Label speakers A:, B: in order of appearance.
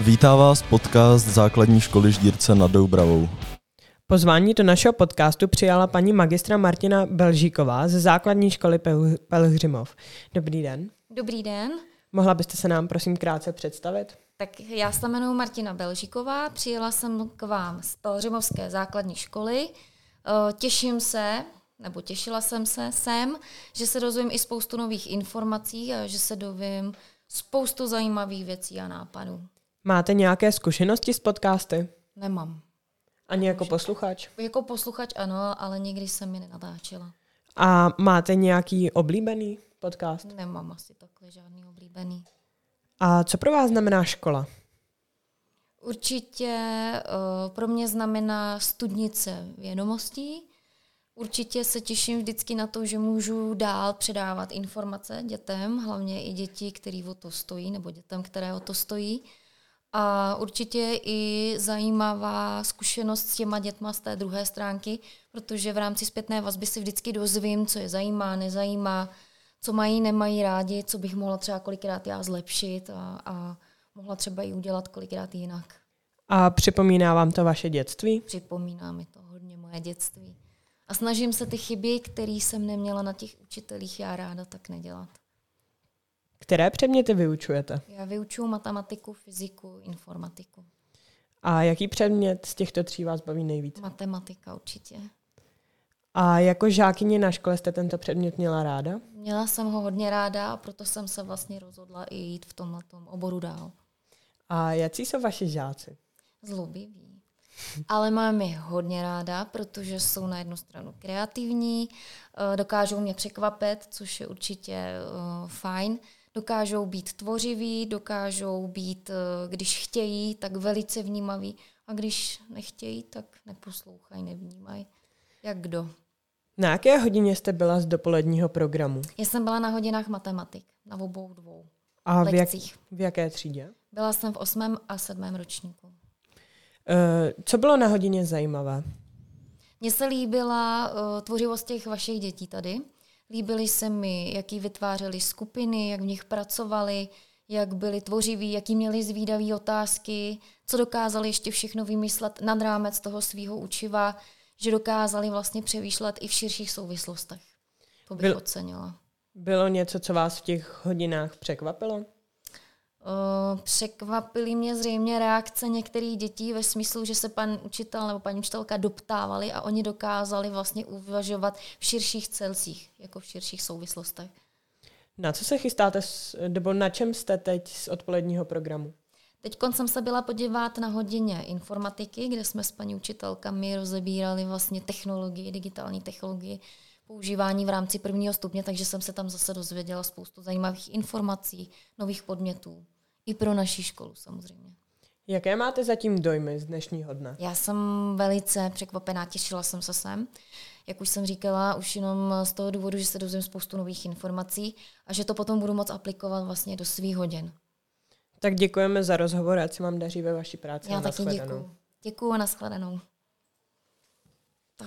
A: Vítá vás podcast Základní školy Ždírce nad Doubravou.
B: Pozvání do našeho podcastu přijala paní magistra Martina Belžíková ze základní školy Pel- Pelhřimov. Dobrý den.
C: Dobrý den,
B: Mohla byste se nám prosím krátce představit?
C: tak já se jmenuji Martina Belžíková, přijela jsem k vám z Pelřimovské základní školy. Eh, Těším se, nebo těšila jsem se sem, že se dozvím i spoustu nových informací a že se dovím spoustu zajímavých věcí a nápadů.
B: Máte nějaké zkušenosti s podcasty?
C: Nemám.
B: Ani jako posluchač?
C: Jako posluchač ano, ale nikdy jsem je nenatáčela.
B: A máte nějaký oblíbený podcast?
C: Nemám asi takhle žádný oblíbený.
B: A co pro vás znamená škola?
C: Určitě eh, pro mě znamená studnice vědomostí. Určitě se těším vždycky na to, že můžu dál předávat informace dětem, hlavně i děti, které o to stojí, nebo dětem, které o to stojí. A určitě je i zajímavá zkušenost s těma dětma z té druhé stránky, protože v rámci zpětné vazby si vždycky dozvím, co je zajímá, nezajímá, co mají, nemají rádi, co bych mohla třeba kolikrát já zlepšit a, a mohla třeba i udělat kolikrát jinak.
B: A připomíná vám to vaše dětství?
C: Připomíná mi to hodně moje dětství. A snažím se ty chyby, které jsem neměla na těch učitelích, já ráda tak nedělat.
B: Které předměty vyučujete?
C: Já vyučuju matematiku, fyziku, informatiku.
B: A jaký předmět z těchto tří vás baví nejvíc?
C: Matematika určitě.
B: A jako žákyně na škole jste tento předmět měla ráda?
C: Měla jsem ho hodně ráda a proto jsem se vlastně rozhodla i jít v tomhle oboru dál.
B: A jaký jsou vaši žáci?
C: Zlobivý. Ale mám je hodně ráda, protože jsou na jednu stranu kreativní, eh, dokážou mě překvapit, což je určitě eh, fajn. Dokážou být tvořiví, dokážou být, eh, když chtějí, tak velice vnímaví. A když nechtějí, tak neposlouchají, nevnímají. Jak kdo?
B: Na jaké hodině jste byla z dopoledního programu?
C: Já jsem byla na hodinách matematik, na obou dvou
B: A v, jak,
C: lekcích.
B: v jaké třídě?
C: Byla jsem v osmém a sedmém ročníku.
B: E, co bylo na hodině zajímavé?
C: Mně se líbila uh, tvořivost těch vašich dětí tady. Líbily se mi, jaký vytvářeli skupiny, jak v nich pracovali, jak byli tvořiví, jaký měli zvídavé otázky, co dokázali ještě všechno vymyslet nad rámec toho svého učiva, že dokázali vlastně převýšlet i v širších souvislostech. To bych
B: Byl-
C: Byl... ocenila.
B: Bylo něco, co vás v těch hodinách překvapilo?
C: Uh, překvapily mě zřejmě reakce některých dětí ve smyslu, že se pan učitel nebo paní učitelka doptávali a oni dokázali vlastně uvažovat v širších celcích, jako v širších souvislostech.
B: Na co se chystáte, s- nebo na čem jste teď z odpoledního programu?
C: Teď jsem se byla podívat na hodině informatiky, kde jsme s paní učitelkami rozebírali vlastně technologii, digitální technologii, používání v rámci prvního stupně, takže jsem se tam zase dozvěděla spoustu zajímavých informací, nových podmětů. I pro naši školu samozřejmě.
B: Jaké máte zatím dojmy z dnešního dne?
C: Já jsem velice překvapená, těšila jsem se sem. Jak už jsem říkala, už jenom z toho důvodu, že se dozvím spoustu nových informací a že to potom budu moc aplikovat vlastně do svých hodin.
B: Tak děkujeme za rozhovor, ať se vám daří ve vaší práci.
C: Já
B: Na
C: taky
B: shledanou.
C: děkuju. Děkuju a nashledanou.